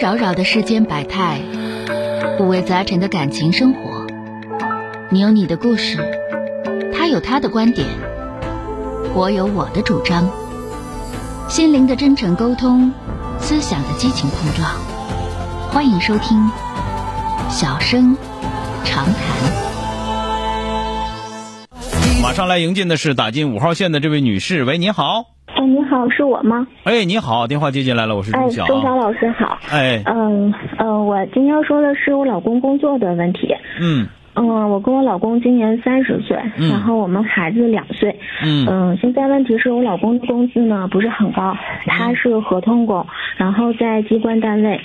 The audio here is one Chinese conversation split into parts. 扰扰的世间百态，五味杂陈的感情生活。你有你的故事，他有他的观点，我有我的主张。心灵的真诚沟通，思想的激情碰撞。欢迎收听《小声长谈》。马上来迎进的是打进五号线的这位女士，喂，你好，哎，你好，是我吗？哎，你好，电话接进来了，我是哎，钟晓钟晓啊，老师好。哎，嗯呃，我今天要说的是我老公工作的问题。嗯嗯、我跟我老公今年三十岁，嗯然后我们孩子两岁。嗯嗯、现在问题是我老公的工资呢不是很高，他是合同工，然后在机关单位。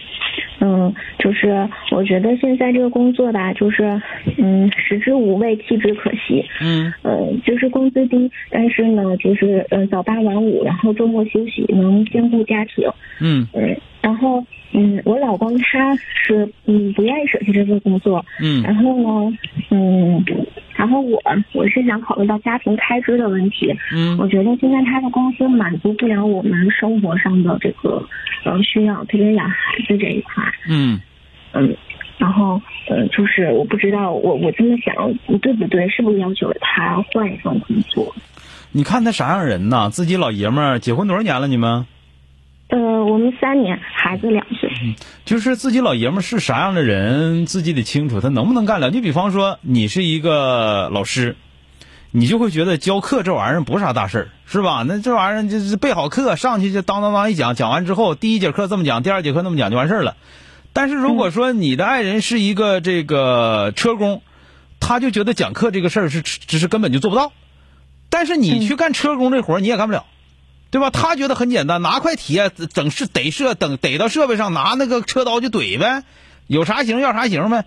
嗯，就是我觉得现在这个工作吧，就是嗯，食之无味，弃之可惜。嗯呃，就是工资低，但是呢，就是呃早八晚五，然后周末休息，能兼顾家庭。嗯嗯，然后嗯，我老公他是嗯不愿意舍弃这份工作，嗯然后呢，嗯，然后我我是想考虑到家庭开支的问题，嗯我觉得现在他的工资满足不了我们生活上的这个呃需要，特别养孩子这一块，嗯，嗯。然后，呃，就是我不知道我我这么想对不对，是不是要求他换一份工作？你看他啥样人呐？自己老爷们儿，结婚多少年了？你们呃，我们三年，孩子两岁。嗯就是自己老爷们儿是啥样的人，自己得清楚他能不能干了。你比方说，你是一个老师，你就会觉得教课这玩意儿不是啥大事儿，是吧？那这玩意儿就是备好课，上去就当当当一讲，讲完之后，第一节课这么讲，第二节课那么讲就完事儿了。但是如果说你的爱人是一个这个车工，他就觉得讲课这个事儿是只是根本就做不到。但是你去干车工这活儿你也干不了，对吧？他觉得很简单，拿块铁整是逮设等逮到设备上，拿那个车刀就怼呗，有啥型要啥型呗，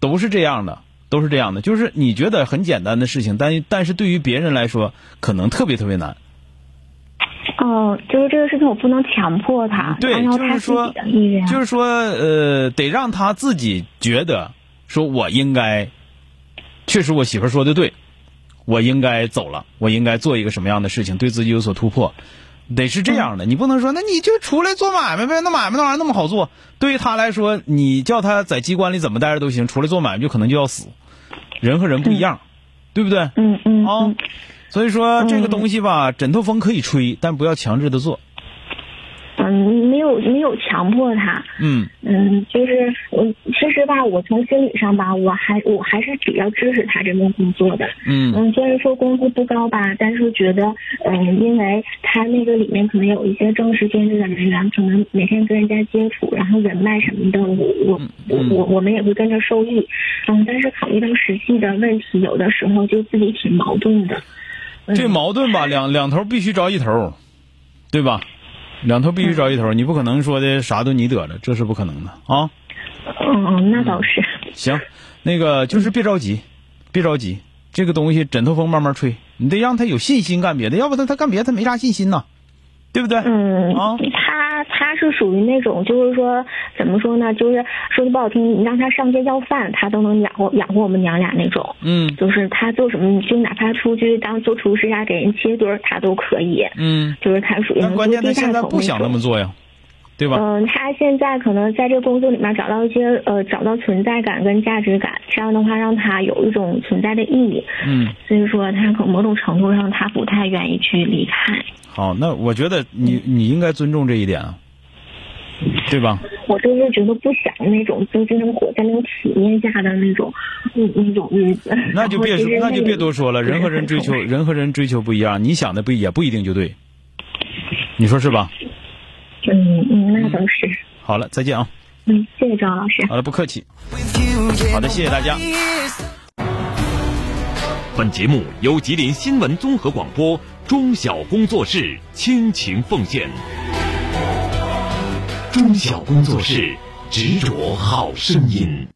都是这样的，都是这样的。就是你觉得很简单的事情，但但是对于别人来说，可能特别特别难。哦、就是这个事情我不能强迫他，对按照他就是自说己的意愿。啊就是说，呃，得让他自己觉得，说我应该，确实我媳妇儿说的对，我应该走了，我应该做一个什么样的事情，对自己有所突破，得是这样的。嗯你不能说，那你就出来做买卖呗，那买卖那玩意儿那么好做。对于他来说，你叫他在机关里怎么待着都行，出来做买卖就可能就要死。人和人不一样，对不对？啊、嗯嗯嗯所以说这个嗯东西吧，枕头风可以吹，但不要强制的做。嗯，没有没有强迫他，嗯嗯，就是我其实吧，我从心理上吧，我还我还是比较支持他这份工作的。嗯嗯，虽然说工资不高吧，但是觉得，嗯，因为他那个里面可能有一些正式编制的人员，可能每天跟人家接触，然后人脉什么的，我我我嗯我我们也会跟着受益。嗯，但是考虑到实际的问题，有的时候就自己挺矛盾的。嗯这矛盾吧，两两头必须着一头，对吧？两头必须着一头，你不可能说的啥都你得着，这是不可能的啊。嗯嗯，那倒是。行，那个就是别着急，嗯别着急，这个东西枕头风慢慢吹，你得让他有信心干别的，要不他他干别的他没啥信心呐，对不对？嗯，啊他他是属于那种，就是说怎么说呢，就是说句不好听，你让他上街要饭，他都能养活养活我们娘俩那种。嗯就是他做什么，就哪怕出去当做厨师啊，给人切墩儿，他都可以。嗯，就是他属于但关键他现在不想那么做。做呀，对吧？嗯、他现在可能在这个工作里面找到一些呃，找到存在感跟价值感，这样的话让他有一种存在的意义。嗯，所以说，他可某种程度上他不太愿意去离开。好，那我觉得你你应该尊重这一点啊，对吧？我就是觉得不想那种就是那种活在那种体面下的那种，嗯，那种日子。 那就别然后说其实，那就别多说了。人和人追 求，对人和人追求不一样，你想的不也不一定就对，你说是吧？嗯嗯，那倒是。好了，再见啊！嗯，谢谢张老师。好了，不客气。好的，谢谢大家。本节目由吉林新闻综合广播中小工作室倾情奉献。中小工作室执着好声音。